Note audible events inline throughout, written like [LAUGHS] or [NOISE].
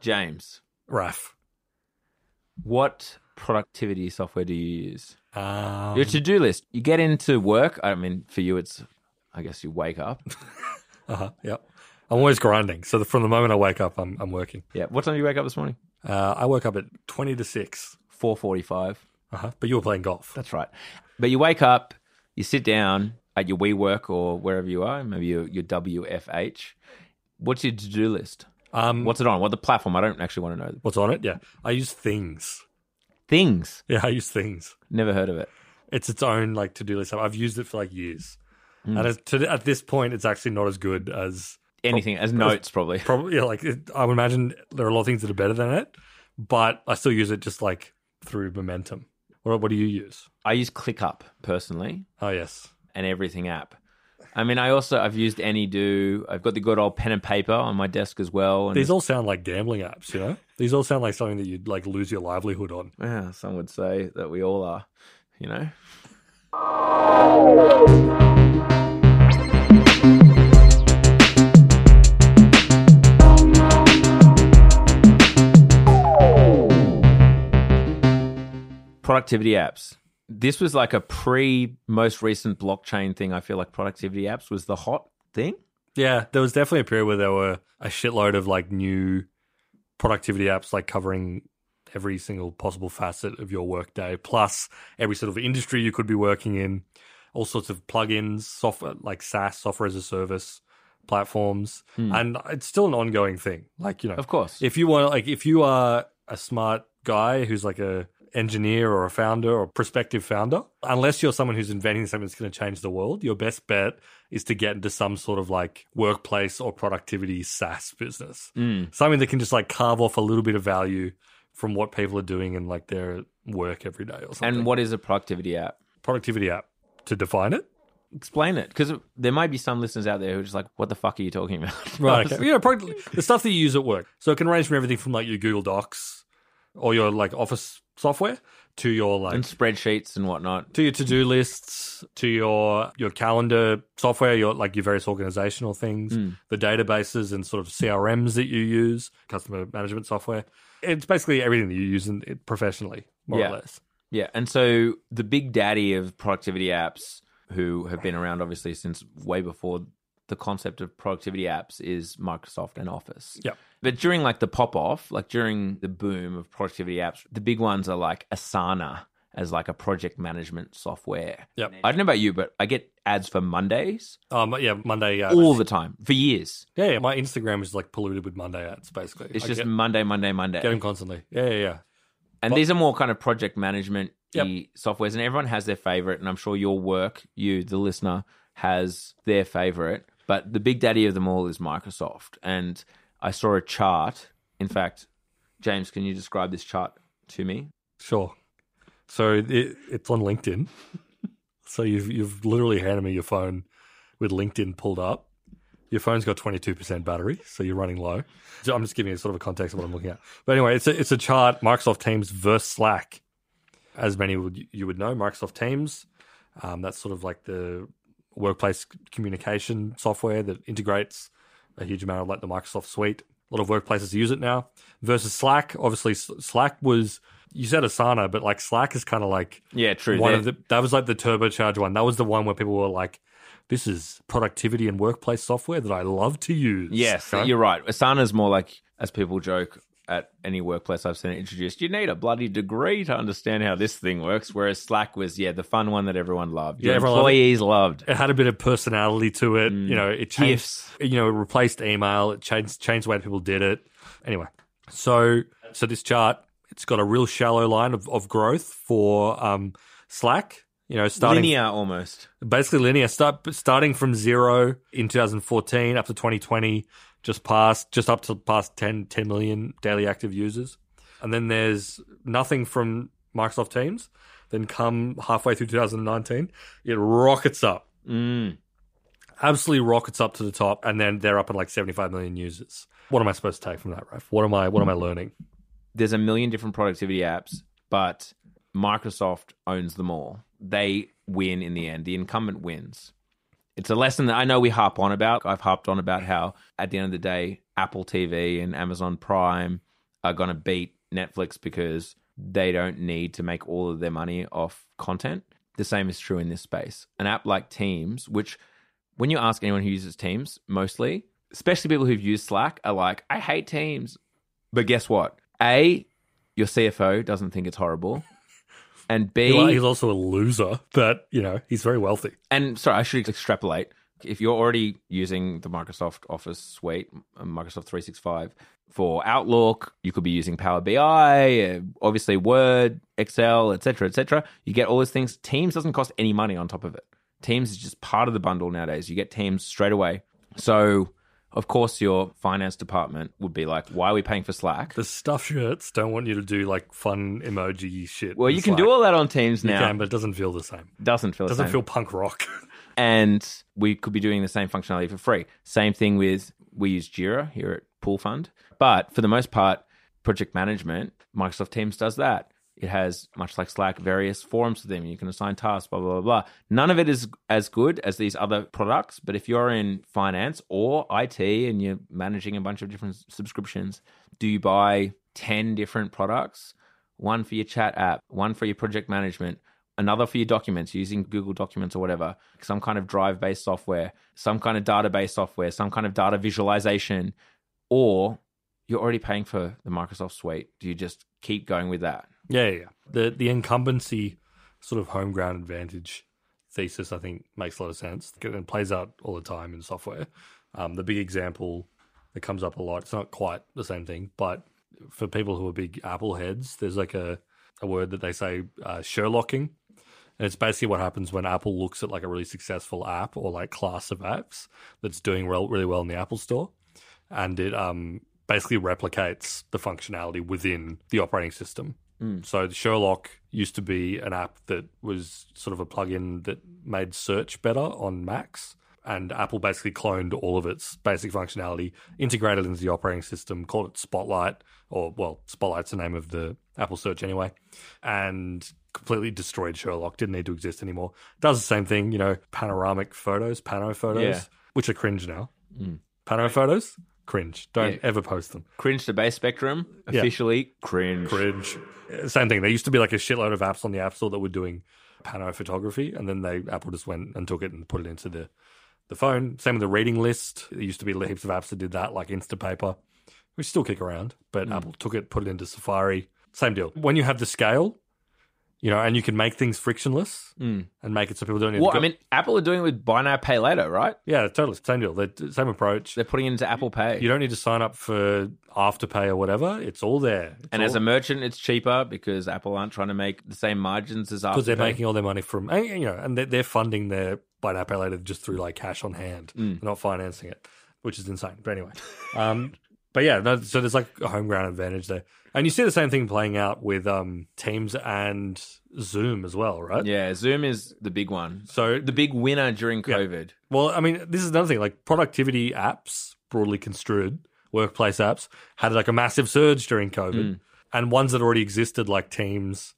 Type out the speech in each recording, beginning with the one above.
James, Raf. what productivity software do you use? Um, Your to do list. You get into work. I mean, for you, it's, I guess you wake up. uh-huh, yep. I'm always grinding. So the, from the moment I wake up, I'm, I'm working. Yeah. What time do you wake up this morning? Uh, I woke up at 20 to 6. 4.45. Uh-huh. But you were playing golf. That's right. But you wake up, you sit down at your WeWork or wherever you are, maybe your, your WFH. What's your to do list? Um, What's it on? What the platform? I don't actually want to know. what's on it? Yeah. I use Things. Things. Yeah, I use Things. Never heard of it. It's its own like to-do list. I've used it for like years. And it's to, at this point, it's actually not as good as Anything as notes, probably. probably yeah, like it, I would imagine there are a lot of things that are better than it, but I still use it just like through momentum. What, what do you use? I use ClickUp personally Oh yes, and everything app. I mean, I also I've used AnyDo. I've got the good old pen and paper on my desk as well. And these all sound like gambling apps. You know, these all sound like something that you'd like lose your livelihood on. yeah, some would say that we all are, you know. Productivity apps. This was like a pre most recent blockchain thing. I feel like productivity apps was the hot thing. Yeah, there was definitely a period where there were a shitload of like new productivity apps, like covering every single possible facet of your workday, plus every sort of industry you could be working in, all sorts of plugins, software like SaaS, software as a service platforms, and it's still an ongoing thing. Like you know, Of course. if you want, like, if you are a smart guy who's like a engineer or a founder or prospective founder, unless you're someone who's inventing something that's going to change the world, your best bet is to get into some sort of like workplace or productivity SaaS business, mm. something that can just like carve off a little bit of value from what people are doing in like their work every day or something. and what is a productivity app? productivity app to define it, Explain it because there might be some listeners out there who are just like, what the fuck are you talking [LAUGHS] about? Right. Okay. You know, probably the stuff that you use at work. So it can range from everything from like your Google Docs or your like office software to your like and spreadsheets and whatnot. to your to-do lists, to your your calendar software, your like your various organizational things, Hmm. the databases and sort of CRMs that you use, customer management software. It's basically everything that you use in, it professionally, more Yeah. or less. Yeah, and so the big daddy of productivity apps, who have been around obviously since way before the concept of productivity apps, is Microsoft and Office. Yep. But during like the pop off, like during the boom of productivity apps, the big ones are like Asana as like a project management software. Yep. I don't know about you, but I get ads for Mondays Um, yeah, Monday. Uh, all the time for years. yeah, yeah, my Instagram is like polluted with Monday ads. Basically, It's I just get, Monday, Monday, Monday. get them constantly. Yeah, yeah, yeah. And these are more kind of project management Yep. softwares, and everyone has their favorite. And I'm sure your work, you, the listener, has their favorite. But the big daddy of them all is Microsoft. And I saw a chart. In fact, James, can you describe this chart to me? Sure. So it, it's on LinkedIn. so you've you've literally handed me your phone with LinkedIn pulled up. Your phone's got twenty two percent battery, so you're running low. So I'm just giving you sort of a context of what I'm looking at. But anyway, it's a it's a chart Microsoft Teams versus Slack. As many would you would know, Microsoft Teams. Um, that's sort of like the workplace communication software that integrates a huge amount of like the Microsoft suite. A lot of workplaces use it now. Versus Slack, obviously S- Slack was you said Asana, but like Slack is kind of like Yeah, true. one of the that was like the turbocharged one. That was the one where people were like, "This is productivity and workplace software that I love to use." yes, Right? you're right. Asana's more like, as people joke at any workplace I've seen it introduced, you need a bloody degree to understand how this thing works. Whereas Slack was, yeah, the fun one that everyone loved. Your Yeah, everyone loved it. employees loved. it had a bit of personality to it. Mm. You know, it changed. Gifs. You know, it replaced email. It changed changed the way people did it. Anyway, so so this chart, it's got a real shallow line of, of growth for um, Slack. You know, starting Linear almost. basically linear. Start starting from zero in 2014 up to 2020, just past just up to past 10, 10 million daily active users, and then there's nothing from Microsoft Teams. Then come halfway through 2019, it rockets up Mm. absolutely rockets up to the top, and then they're up at like 75 million users. What am I supposed to take from that, Raf? What am I? What am I learning? there's a million different productivity apps, but Microsoft owns them all. They win in the end. The incumbent wins. It's a lesson that I know we harp on about. I've harped on about how at the end of the day, Apple TV and Amazon Prime are going to beat Netflix because they don't need to make all of their money off content. The same is true in this space. An app like Teams, which when you ask anyone who uses Teams, mostly, especially people who've used Slack, are like, I hate Teams. But guess what? A, your CFO doesn't think it's horrible. And B, He- He's also a loser, but you know he's very wealthy. and sorry, I should extrapolate. If you're already using the Microsoft Office suite, uh, Microsoft 365 for Outlook, you could be using Power BI, uh, obviously Word, Excel, etc., etc. You get all those things. Teams doesn't cost any money on top of it. Teams is just part of the bundle nowadays. You get Teams straight away. So, of course, your finance department would be like, "Why are we paying for Slack?" The stuff shirts don't want you to do like fun emoji shit. Well, you can do all that on Teams now. but it doesn't feel the same. Doesn't feel the Doesn't same. feel punk rock. [LAUGHS] and we could be doing the same functionality for free. Same thing with we use Jira here at Pool Fund, but for the most part, project management, Microsoft Teams does that. It has much like Slack various forums to them. You can assign tasks, blah blah blah. blah. None of it is as good as these other products, but if you're in finance or IT and you're managing a bunch of different s- subscriptions, do you buy ten different products? One for your chat app, one for your project management, another for your documents using Google Documents or whatever, some kind of drive based software, some kind of database software, some kind of data visualization, or you're already paying for the Microsoft suite. Do you just keep going with that? yeah, yeah, yeah. The the incumbency sort of home ground advantage thesis I think makes a lot of sense and plays out all the time in software. Um, the big example that comes up a lot. It's not quite the same thing, but for people who are big Apple heads, there's like a a word that they say uh, Sherlocking, and it's basically what happens when Apple looks at like a really successful app or like class of apps that's doing well, really well in the Apple Store, and it um, basically replicates the functionality within the operating system. So the Sherlock used to be an app that was sort of a plugin that made search better on Macs. And Apple basically cloned all of its basic functionality, integrated into the operating system, called it Spotlight, or well, Spotlight's the name of the Apple search anyway, and completely destroyed Sherlock. Didn't need to exist anymore. Does the same thing, you know, panoramic photos, pano photos, Yeah. which are cringe now. Pano photos, cringe. Don't Yeah. ever post them. Cringe to base spectrum, Yeah. officially cringe. Cringe. Uh, Same thing. There used to be like a shitload of apps on the App Store that were doing pano photography, and then they Apple just went and took it and put it into the the phone. Same with the reading list. There used to be heaps of apps that did that, like Instapaper, which still kick around, but Hmm. Apple took it, put it into Safari. Same deal. When you have the scale, you know, and you can make things frictionless Mm. and make it so people don't need Well, to go- I mean, Apple are doing it with buy now, pay later, right? yeah, totally. Same deal. They- Same approach. They're putting it into Apple Pay. You don't need to sign up for Afterpay or whatever. It's all there. It's and as all- a merchant, it's cheaper because Apple aren't trying to make the same margins as Apple. because they're making all their money from and, you know, and they're, they're funding their buy now pay later just through like cash on hand, They're not financing it, which is insane. But anyway, um, [LAUGHS] but yeah, no, so there's like a home ground advantage there, and you see the same thing playing out with um, Teams and Zoom as well, right? Yeah, Zoom is the big one. So The big winner during COVID. well, I mean, this is another thing. Like productivity apps, broadly construed, workplace apps had like a massive surge during COVID, and ones that already existed, like Teams,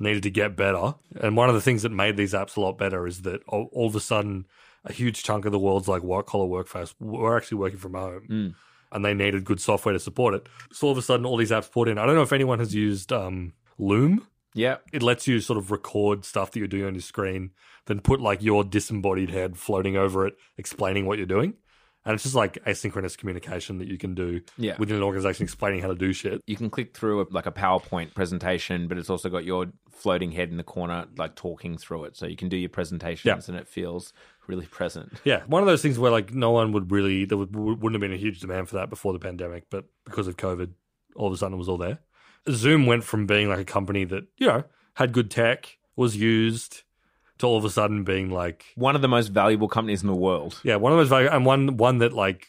needed to get better. And one of the things that made these apps a lot better is that all, all of a sudden, a huge chunk of the world's like white collar workforce were actually working from home. And they needed good software to support it. So all of a sudden, all these apps poured in. I don't know if anyone has used um, Loom Yeah. it lets you sort of record stuff that you're doing on your screen, then put like your disembodied head floating over it, explaining what you're doing. And it's just like asynchronous communication that you can do Yeah. within an organization explaining how to do shit. You can click through a, like a PowerPoint presentation, but it's also got your floating head in the corner, like talking through it. So you can do your presentations and it feels really present. Yeah, one of those things where like no one would really there would, wouldn't have been a huge demand for that before the pandemic, but because of COVID, all of a sudden it was all there. Zoom went from being like a company that you know had good tech was used to all of a sudden being like One of the most valuable companies in the world. Yeah, one of those value, and one one that like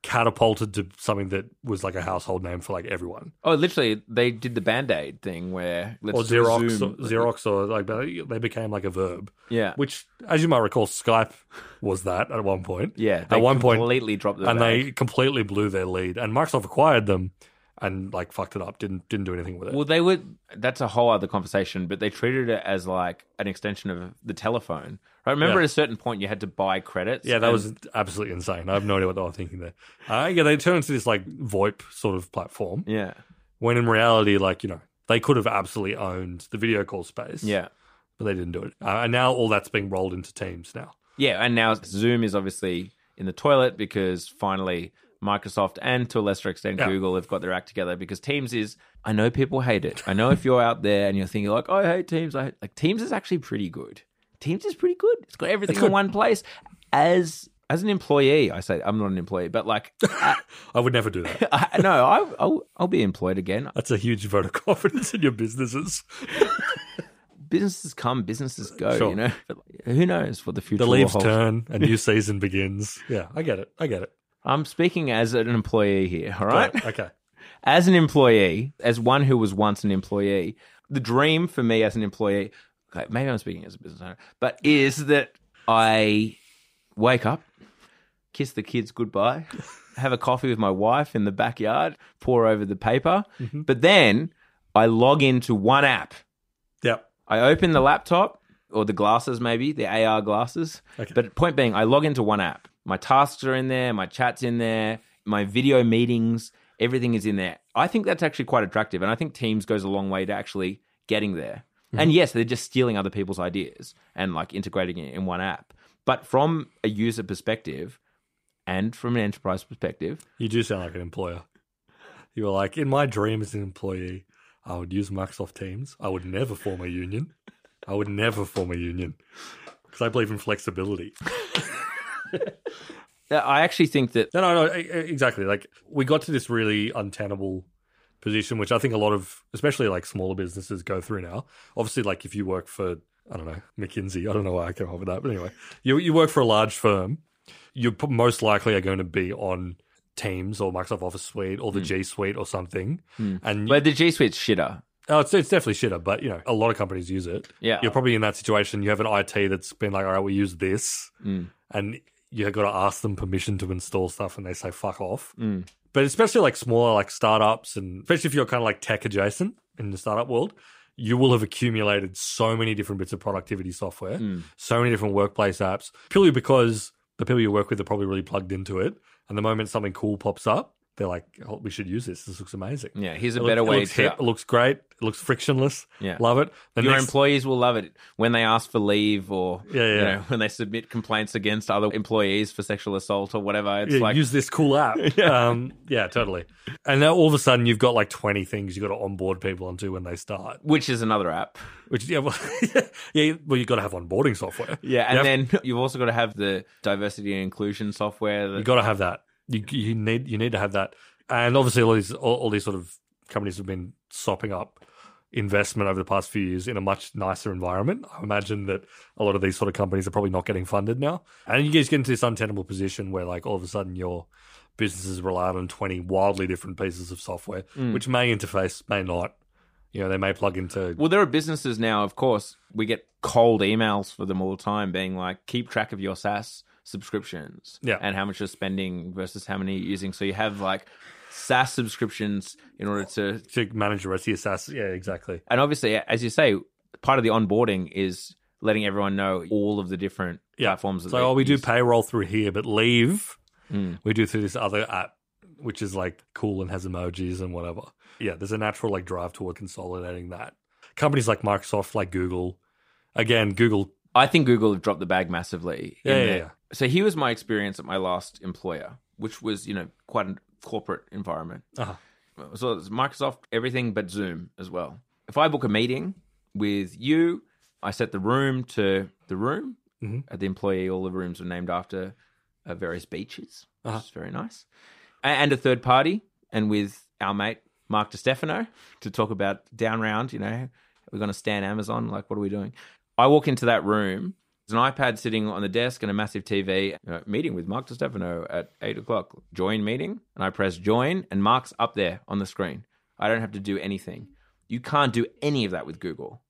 catapulted to something that was like a household name for like everyone, Oh, literally, they did the Band Aid thing where let's or do Xerox, Zoom. or, Xerox, or like they became like a verb, yeah, which, as you might recall, Skype was that at one point. yeah. at one point, completely dropped the and bag. they completely blew their lead, and Microsoft acquired them and like fucked it up. Didn't didn't do anything with it. Well, they would. That's a whole other conversation, but they treated it as like an extension of the telephone. Right? Remember, Yeah. at a certain point, you had to buy credits. yeah, that and- was absolutely insane. I have no idea what they were thinking there. Uh, yeah, they turned into this like VoIP sort of platform. Yeah, When in reality, like, you know, they could have absolutely owned the video call space. Yeah. But they didn't do it. Uh, and now all that's being rolled into Teams now. Yeah, and now Zoom is obviously in the toilet because finally Microsoft and to a lesser extent Yeah. Google have got their act together because Teams is I know people hate it. I know if you're out there and you're thinking like, "Oh, "I hate Teams." I hate, like Teams is actually pretty good. Teams is pretty good. It's got everything in one place. As as an employee, I say I'm not an employee, but like [LAUGHS] I would never do [LAUGHS] that. I, no, I, I'll I'll be employed again. That's a huge vote of confidence in your businesses. Businesses come, businesses go. Sure. You know, but who knows what the future The will leaves hold. [LAUGHS] turn, a new season begins. Yeah, I get it. I get it. I'm speaking as an employee here. All right. Right. Okay. as an employee, as one who was once an employee, the dream for me as an employee, okay, maybe I'm speaking as a business owner, but is that I wake up, kiss the kids goodbye, have a coffee with my wife in the backyard, pour over the paper, but then I log into one app. Yep. I open the laptop or the glasses, maybe the AR glasses. Okay. But point being, I log into one app. My tasks are in there, my chats in there, my video meetings, everything is in there. I think that's actually quite attractive, and I think Teams goes a long way to actually getting there. Mm-hmm. And yes, they're just stealing other people's ideas and like integrating it in one app. But from a user perspective and from an enterprise perspective, You do sound like an employer. You were like, in my dream as an employee, I would use Microsoft Teams. I would never form a union. I would never form a union because I believe in flexibility. I actually think that No, no, no, e- e- exactly. Like we got to this really untenable position, which I think a lot of, especially like smaller businesses, go through now. Obviously, like if you work for, I don't know, McKinsey, I don't know why I came up with that, but anyway, you you work for a large firm, you p- most likely are going to be on Teams or Microsoft Office Suite or the G Suite or something, and but the G Suite's shitter. Oh, it's, it's definitely shitter, but you know, a lot of companies use it. Yeah. You're probably in that situation. You have an IT that's been like, all right, we use this. Mm. And you got to ask them permission to install stuff and they say, fuck off. Mm. But especially like smaller, like startups, and especially if you're kind of like tech adjacent in the startup world, you will have accumulated so many different bits of productivity software, Mm. so many different workplace apps, purely because the people you work with are probably really plugged into it. And the moment something cool pops up, they're like, oh, we should use this. This looks amazing. Yeah, here's a It look- Mm. better it way looks to hip, it looks great. It looks frictionless. Yeah. love it. The Your next- employees will love it when they ask for leave or Yeah, yeah. you know when they submit complaints against other employees for sexual assault or whatever. It's yeah, like use this cool app. yeah. Um, yeah, totally. And now all of a sudden you've got like twenty things you got to onboard people onto when they start. which is another app. Which yeah, well, [LAUGHS] yeah, well you got to have onboarding software. Yeah, and then [LAUGHS] you've also got to have the diversity and inclusion software. You That, got to have that. You you need you need to have that. And obviously all these all, all these sort of companies have been sopping up investment over the past few years in a much nicer environment. I imagine that a lot of these sort of companies are probably not getting funded now. And you guys get into this untenable position where like all of a sudden your businesses relied on 20 wildly different pieces of software, which may interface, may not. You know, they may plug into well, there are businesses now, of course. We get cold emails for them all the time, being like, "Keep track of your SaaS subscriptions, Yeah. and how much you're spending versus how many you're using." So you have like SaaS subscriptions in order to to manage the rest of your SaaS. Yeah, exactly. And obviously, as you say, part of the onboarding is letting everyone know all of the different Yeah. platforms. That It's like, they oh, we do use. payroll through here, but leave Mm. we do through this other app, which is like cool and has emojis and whatever. Yeah, there's a natural like drive toward consolidating that. Companies like Microsoft, like Google, again, Google. I think Google have dropped the bag massively. in Yeah, yeah, their- yeah. So here was my experience at my last employer, which was you know quite a corporate environment. Uh-huh. So it's Microsoft, everything but Zoom as well. If I book a meeting with you, I set the room to the room. Mhm. At the employee, all the rooms were named after uh, various beaches, Uh-huh. which is very nice. A- And a third party, and with our mate Mark DeStefano to talk about down round. You know, we're going to stand Amazon. Like, what are we doing? I walk into that room. There's an iPad sitting on the desk and a massive TV. You know, meeting with Mark DeStefano at eight o'clock. Join meeting, and I press join, and Mark's up there on the screen. I don't have to do anything. You can't do any of that with Google.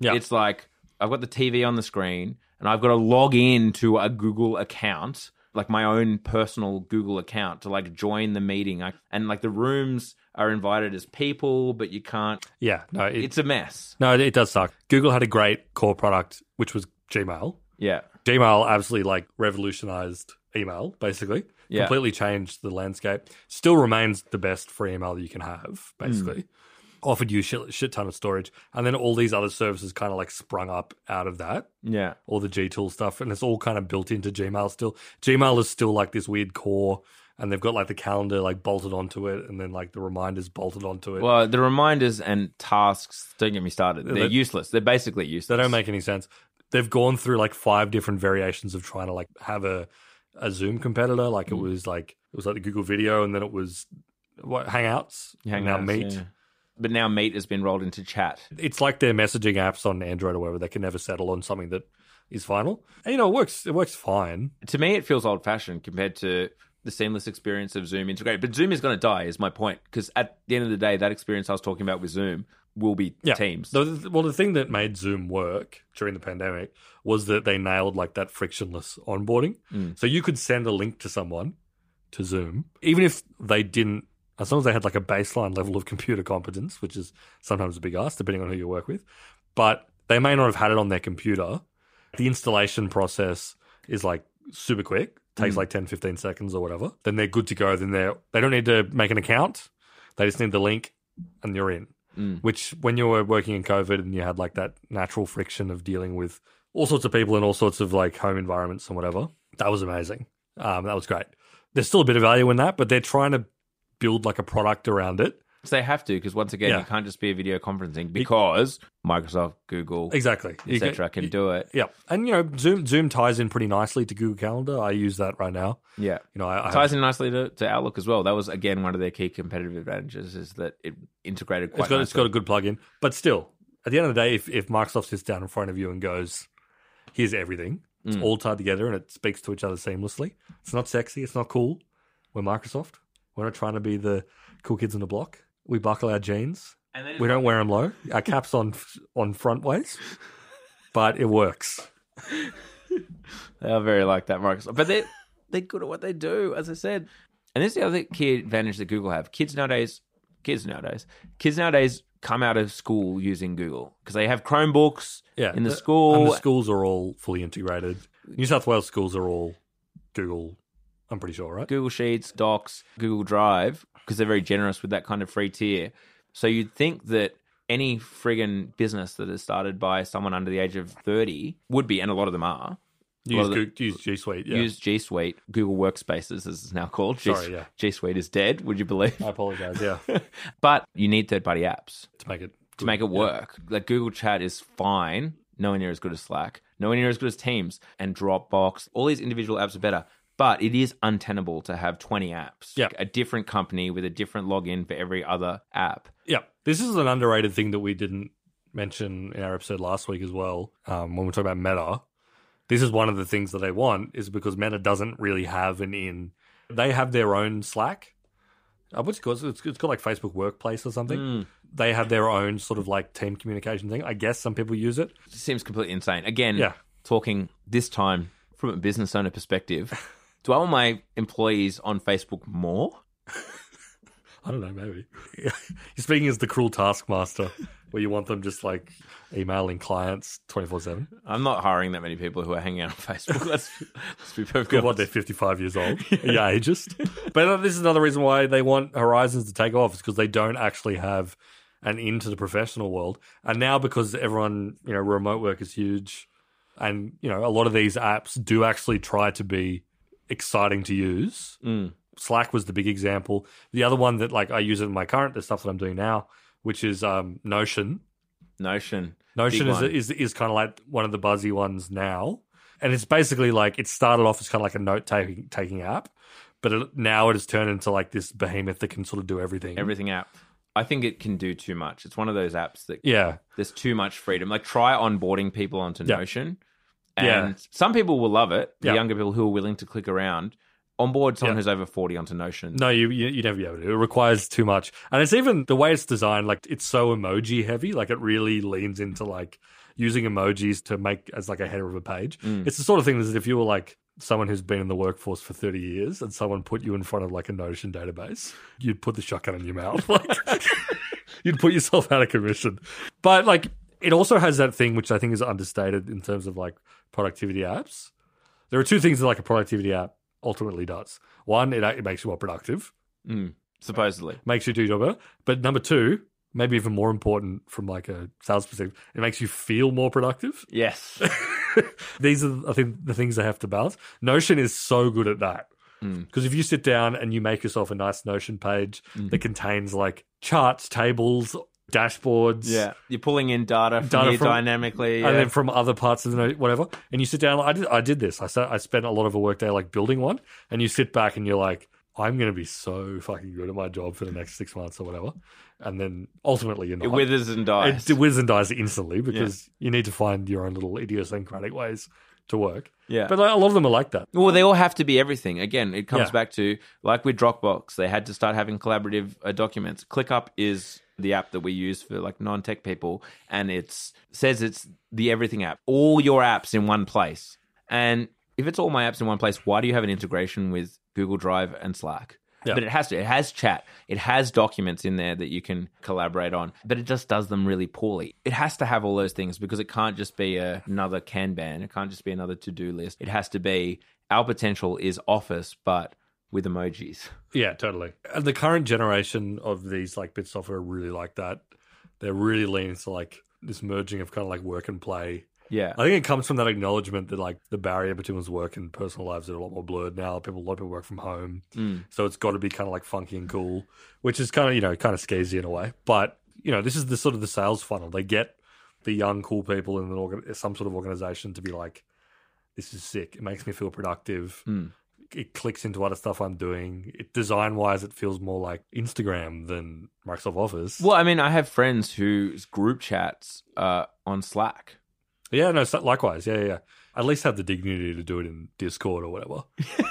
Yeah. It's like I've got the TV on the screen and I've got to log in to a Google account, like my own personal Google account to like join the meeting. I, and like the rooms are invited as people, but you can't. Yeah, no, it, It's a mess. no, it does suck. Google had a great core product, which was Gmail. Yeah. Gmail absolutely like revolutionized email, basically. Yeah. Completely changed the landscape. Still remains the best free email that you can have, basically. Offered you shit, shit ton of storage, and then all these other services kind of like sprung up out of that. Yeah. All the Gtool stuff, and it's all kind of built into Gmail still. Gmail is still like this weird core, and they've got like the calendar like bolted onto it, and then like the reminders bolted onto it. Well, the reminders and tasks, don't get me started. They're They- useless. They're basically useless. They don't make any sense. They've gone through like five different variations of trying to like have a a Zoom competitor. Like Mm. it was like it was like the Google Video, and then it was what Hangouts, and now Hangouts, Meet. yeah. But now Meet has been rolled into chat. It's like their messaging apps on Android or whatever. They can never settle on something that is final. And you know, it works. It works fine. To me, it feels old fashioned compared to the seamless experience of Zoom integrated. But Zoom is going to die, is my point. Because at the end of the day, that experience I was talking about with Zoom will be Yeah. Teams. So, the- well, the thing that made Zoom work during the pandemic was that they nailed like that frictionless onboarding. Mm. So you could send a link to someone to Zoom, even if they didn't, as long as they had like a baseline level of computer competence, which is sometimes a big ask depending on who you work with. But they may not have had it on their computer. The installation process is like super quick, takes Mm. like 10, 15 seconds or whatever. Then they're good to go. Then they're, they don't need to make an account. They just need the link and you're in Mm. which when you were working in COVID and you had like that natural friction of dealing with all sorts of people in all sorts of like home environments and whatever, that was amazing. Um, that was great. There's still a bit of value in that, but they're trying to build like a product around it. So they have to, because once again, Yeah. you can't just be a video conferencing because Microsoft, Google, Exactly. You get- etc. can do it. Yeah. And you know, Zoom Zoom ties in pretty nicely to Google Calendar. I use that right now. Yeah. You know, I, I have- Ties in nicely to, to Outlook as well. That was again one of their key competitive advantages is that it integrated quite. it's got it's got nicely. a good plug-in. But still, at the end of the day, if, if Microsoft sits down in front of you and goes, "Here's everything," it's Mm. all tied together and it speaks to each other seamlessly. It's not sexy. It's not cool. We're Microsoft. We're not trying to be the cool kids on the block. We buckle our jeans. And then We don't wear them low. Our caps on on front ways, but it works. They are very like that, Microsoft. But they [LAUGHS] they're good at what they do, as I said. And this is the other key advantage that Google have. Kids nowadays, kids nowadays, kids nowadays come out of school using Google because they have Chromebooks Yeah, Uh, in the and school. the schools are all fully integrated. New South Wales schools are all Google. I'm pretty sure, right? Google Sheets, Docs, Google Drive, because they're very generous with that kind of free tier. So you'd think that any friggin' business that is started by someone under the age of 30 would be, and a lot of them are, Use, Well, the- Goog- use G Suite. Yeah. use G Suite, Google Workspaces, as it's now called. G, Sorry, yeah. G Suite is dead, would you believe? I apologize. Yeah, but you need third party apps to make it to make it work. Like Google Chat is fine, nowhere near as good as Slack, nowhere near as good as Teams and Dropbox. All these individual apps are better, but it is untenable to have 20 apps. Yeah. Like, a different company with a different login for every other app. Yeah, this is an underrated thing that we didn't mention in our episode last week as well. Um, when we talk about Meta, this is one of the things that they want is because Meta doesn't really have an in. They have their own Slack. Uh, what's it called? It's, it's called like Facebook Workplace or something. Hmm. They have their own sort of like team communication thing. I guess some people use it. It seems completely insane. Again, Yeah. talking this time from a business owner [LAUGHS] perspective, do I want my employees on Facebook more? I don't know, maybe. [LAUGHS] You're speaking as the cruel taskmaster, where you want them just like emailing clients twenty four seven. I'm not hiring that many people who are hanging out on Facebook. [LAUGHS] Let's, let's be perfectly Good what honest. they're 55 years old. [LAUGHS] yeah, ageist. But uh, this is another reason why they want Horizons to take off, is because they don't actually have an into the professional world. And now because everyone, you know, remote work is huge and, you know, a lot of these apps do actually try to be exciting to use. Mm. Slack was the big example. The other one that like I use in my current the stuff that I'm doing now, which is um, Notion. Notion. Notion Big is, one. is is kind of like one of the buzzy ones now, and it's basically like it started off as kind of like a note taking taking app, but it, now it has turned into like this behemoth that can sort of do everything. everything app. I think it can do too much. It's one of those apps that Yeah, there's too much freedom. Like try onboarding people onto Yeah. Notion, and Yeah. some people will love it. The Yeah. younger people who are willing to click around, onboard someone Yeah. who's over forty onto Notion. no, you, you you never be able to. It requires too much, and it's even the way it's designed. Like it's so emoji heavy. Like it really leans into like using emojis to make as like a header of a page. Mm. It's the sort of thing that if you were like someone who's been in the workforce for 30 years and someone put you in front of like a Notion database, you'd put the shotgun in your mouth. [LAUGHS] Like you'd put yourself out of commission. But like it also has that thing which I think is understated in terms of like productivity apps. There are two things that like a productivity app ultimately does. One, it, it makes you more productive, Mm, supposedly. makes you do your job better. But number two, maybe even more important from like a sales perspective, it makes you feel more productive. [LAUGHS] Yes. These are, I think, the things they have to balance. Notion is so good at that. Mm. Because if you sit down and you make yourself a nice Notion page Mhm. that contains like charts, tables, dashboards, Yeah. You're pulling in data from Data here from- dynamically. and yeah. then from other parts of the note, whatever. And you sit down. I did. I did this. I sat, I spent a lot of a workday like building one, and you sit back and you're like, I'm going to be so fucking good at my job for the next six months or whatever. And then ultimately, you're not. it withers and It dies. d- withers and dies instantly because you need to find your own little idiosyncratic ways to work. yeah. But like, a lot of them are like that. Well, they all have to be everything. Again, it comes Yeah. back to like with Dropbox, they had to start having collaborative uh, documents. ClickUp is the app that we use for like non-tech people, and it's says it's the everything app, all your apps in one place. And if it's all my apps in one place, why do you have an integration with Google Drive and Slack? Yeah. But it has to. It has chat. It has documents in there that you can collaborate on. But it just does them really poorly. It has to have all those things because it can't just be a, another Kanban. It can't just be another to do list. It has to be our potential is Office, but with emojis. [LAUGHS] Yeah, totally. And the current generation of these like bit software are really like that. They're really leaning to like this merging of kind of like work and play. Yeah. I think it comes from that acknowledgement that like the barrier between one's work and personal lives are a lot more blurred now. People, a lot of people work from home, Mm. so it's got to be kind of like funky and cool, which is kind of you know kind of skeezy in a way. But you know, this is the sort of the sales funnel. They get the young, cool people in an organ- some sort of organization to be like, "This is sick. It makes me feel productive." Mm. It clicks into other stuff I'm doing. It design wise, it feels more like Instagram than Microsoft Office. Well, I mean, I have friends whose group chats uh, on Slack. Yeah, no, so- likewise. Yeah, yeah, yeah. At least have the dignity to do it in Discord [LAUGHS] or whatever,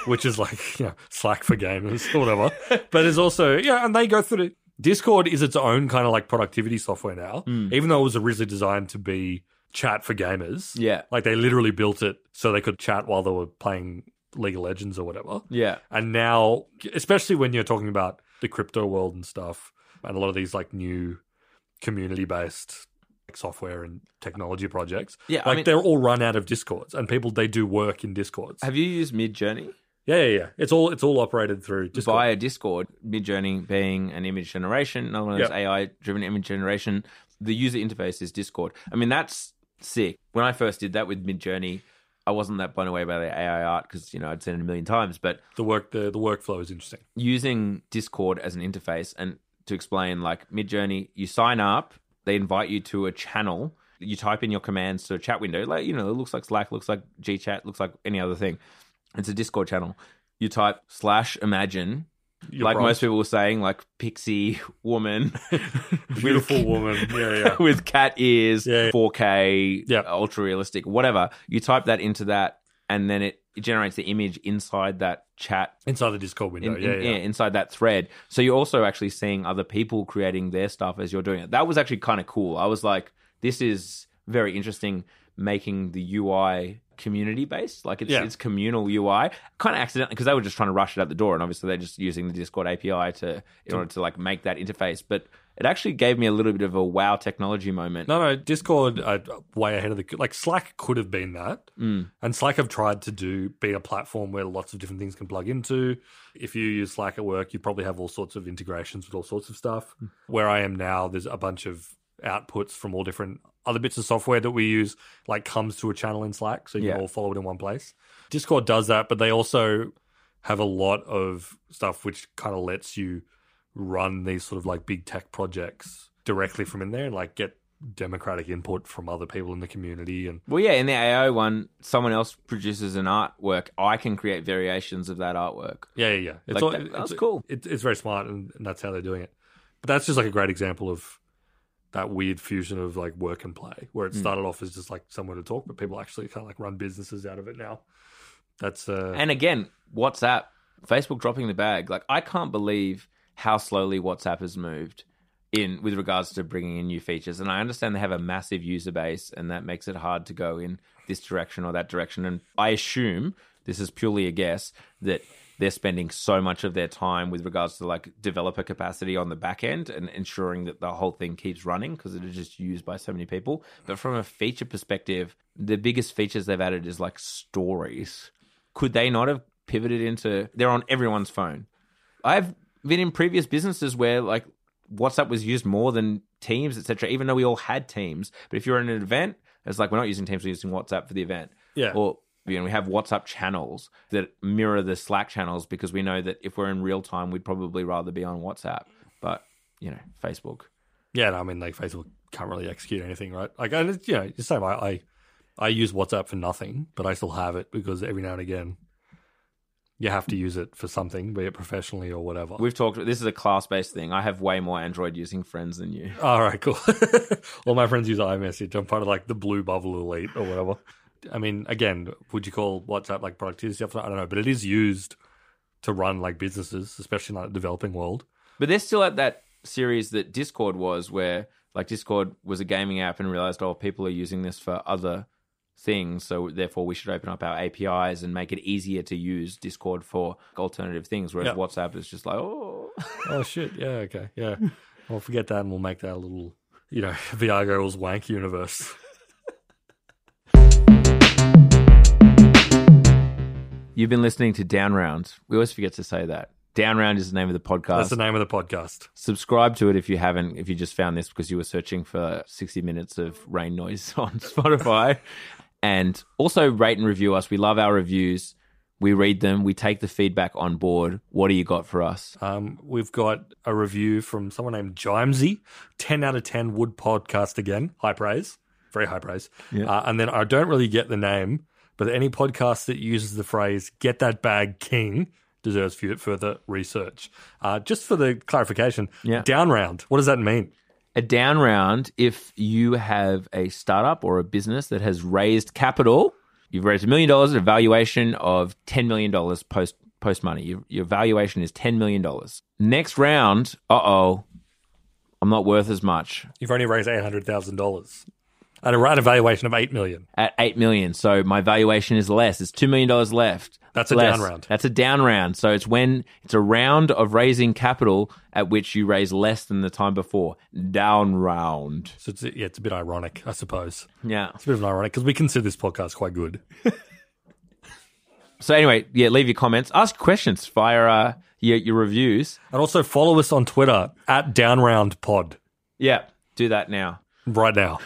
which is like, you know, Slack for gamers or whatever. But it's also, yeah, and they go through it. Discord is its own kind of like productivity software now, Mm. even though it was originally designed to be chat for gamers. Yeah. Like they literally built it so they could chat while they were playing League of Legends or whatever. Yeah. And now, especially when you're talking about the crypto world and stuff, and a lot of these like new community based software and technology projects, Yeah. like I mean, they're all run out of discords, and people they do work in discords. have you used Midjourney? yeah, yeah, yeah. It's all it's all operated through Discord. via Discord, Midjourney being an image generation, another one of those Yep. AI driven image generation. The user interface is Discord. I mean, that's sick. When I first did that with Midjourney, I wasn't that blown away by the AI art because you know I'd seen it a million times, but The work the the workflow is interesting. using Discord as an interface and to explain like Midjourney, you sign up, they invite you to a channel, you type in your commands to a chat window, like you know, it looks like Slack, looks like GChat, looks like any other thing. It's a Discord channel. You type slash imagine Your like prompt. most people were saying, like pixie woman, [LAUGHS] [LAUGHS] beautiful with, woman. Yeah, yeah. [LAUGHS] with cat ears, Yeah, yeah. 4K, Yeah. ultra realistic, whatever. You type that into that, and then it, it generates the image inside that chat, Inside the Discord window. in- yeah, in- yeah. yeah, inside that thread. So you're also actually seeing other people creating their stuff as you're doing it. That was actually kind of cool. I was like, this is very interesting. Making the UI community based, like it's Yeah. it's communal UI, kind of accidentally because they were just trying to rush it out the door, and obviously they're just using the Discord API to in order to like make that interface. But it actually gave me a little bit of a wow technology moment. No, no, Discord uh, way ahead of the like Slack could have been that, Mm. and Slack have tried to do be a platform where lots of different things can plug into. If you use Slack at work, you probably have all sorts of integrations with all sorts of stuff. Hmm. Where I am now, there's a bunch of outputs from all different other bits of software that we use, like comes to a channel in Slack, so you Yeah. can all follow it in one place. Discord does that, but they also have a lot of stuff which kind of lets you run these sort of like big tech projects directly from in there and like get democratic input from other people in the community and Well, yeah, in the AI one, someone else produces an artwork. I can create variations of that artwork. yeah yeah, yeah. it's Like all, that- it's- that's cool. it, it's very smart and, and that's how they're doing it but that's just like a great example of that weird fusion of like work and play where it Mm. started off as just like somewhere to talk but people actually kind of like run businesses out of it now that's uh And again, WhatsApp, Facebook dropping the bag. Like I can't believe how slowly WhatsApp has moved in with regards to bringing in new features. And I understand they have a massive user base, and that makes it hard to go in this direction or that direction. And I assume this is purely a guess that they're spending so much of their time with regards to like developer capacity on the back end and ensuring that the whole thing keeps running because it is just used by so many people. But from a feature perspective, the biggest features they've added is like stories could they not have pivoted into they're on everyone's phone. I've been in previous businesses where like WhatsApp was used more than Teams, etc. Even though we all had Teams, but if you're in an event, it's like we're not using Teams, we're using WhatsApp for the event. Yeah. Or you know, we have WhatsApp channels that mirror the Slack channels because we know that if we're in real time, we'd probably rather be on WhatsApp. But you know, Facebook. Yeah, no, I mean, like Facebook can't really execute anything, right? Like, and it's, you know, it's the same. I, I, I use WhatsApp for nothing, but I still have it because every now and again, you have to use it for something, be it professionally or whatever. We've talked. This is a class-based thing. I have way more Android using friends than you. All right, cool. [LAUGHS] All my friends use iMessage. I'm part of like the blue bubble elite or whatever. I mean, again, would you call WhatsApp like productivity stuff? I don't know, but it is used to run like businesses, especially in like the developing world. But they're still at that series that Discord was, where like Discord was a gaming app and realized, oh, people are using this for other things. So therefore, we should open up our APIs and make it easier to use Discord for alternative things. Whereas Yeah. WhatsApp is just like, oh, [LAUGHS] oh shit! Yeah, okay, yeah. We'll forget that, and we'll make that a little, you know, [LAUGHS] Viago's wank universe. you've been listening to Downround. We always forget to say that. Downround is the name of the podcast. That's the name of the podcast. Subscribe to it if you haven't, if you just found this because you were searching for 60 minutes of rain noise [LAUGHS] on Spotify. and also rate and review us. We love our reviews. We read them. We take the feedback on board. What do you got for us? Um, we've got a review from someone named Jimesy. Ten out of ten would podcast again. High praise, very high praise. Yeah. Uh, and then I don't really get the name, but any podcast that uses the phrase "get that bag, king." Deserves fu- further research. Uh, just for the clarification, Yeah. down round. What does that mean? a down round if you have a startup or a business that has raised capital. You've raised a million dollars at a valuation of $10 million post post money. Your, your valuation is $10 million. Next round, uh oh, I'm not worth as much You've only raised eight hundred thousand dollars at a right evaluation of eight million. at $8 million. So my valuation is less. It's $2 million left. That's a Less. down round. That's a down round. So it's when it's a round of raising capital at which you raise less than the time before. Down round. So it's, yeah, it's a bit ironic, I suppose. Yeah. It's a bit of an ironic because we consider this podcast quite good. So anyway, yeah, leave your comments, ask questions via uh, your, your reviews. And also follow us on Twitter at Downround Pod Yeah, do that now. right now.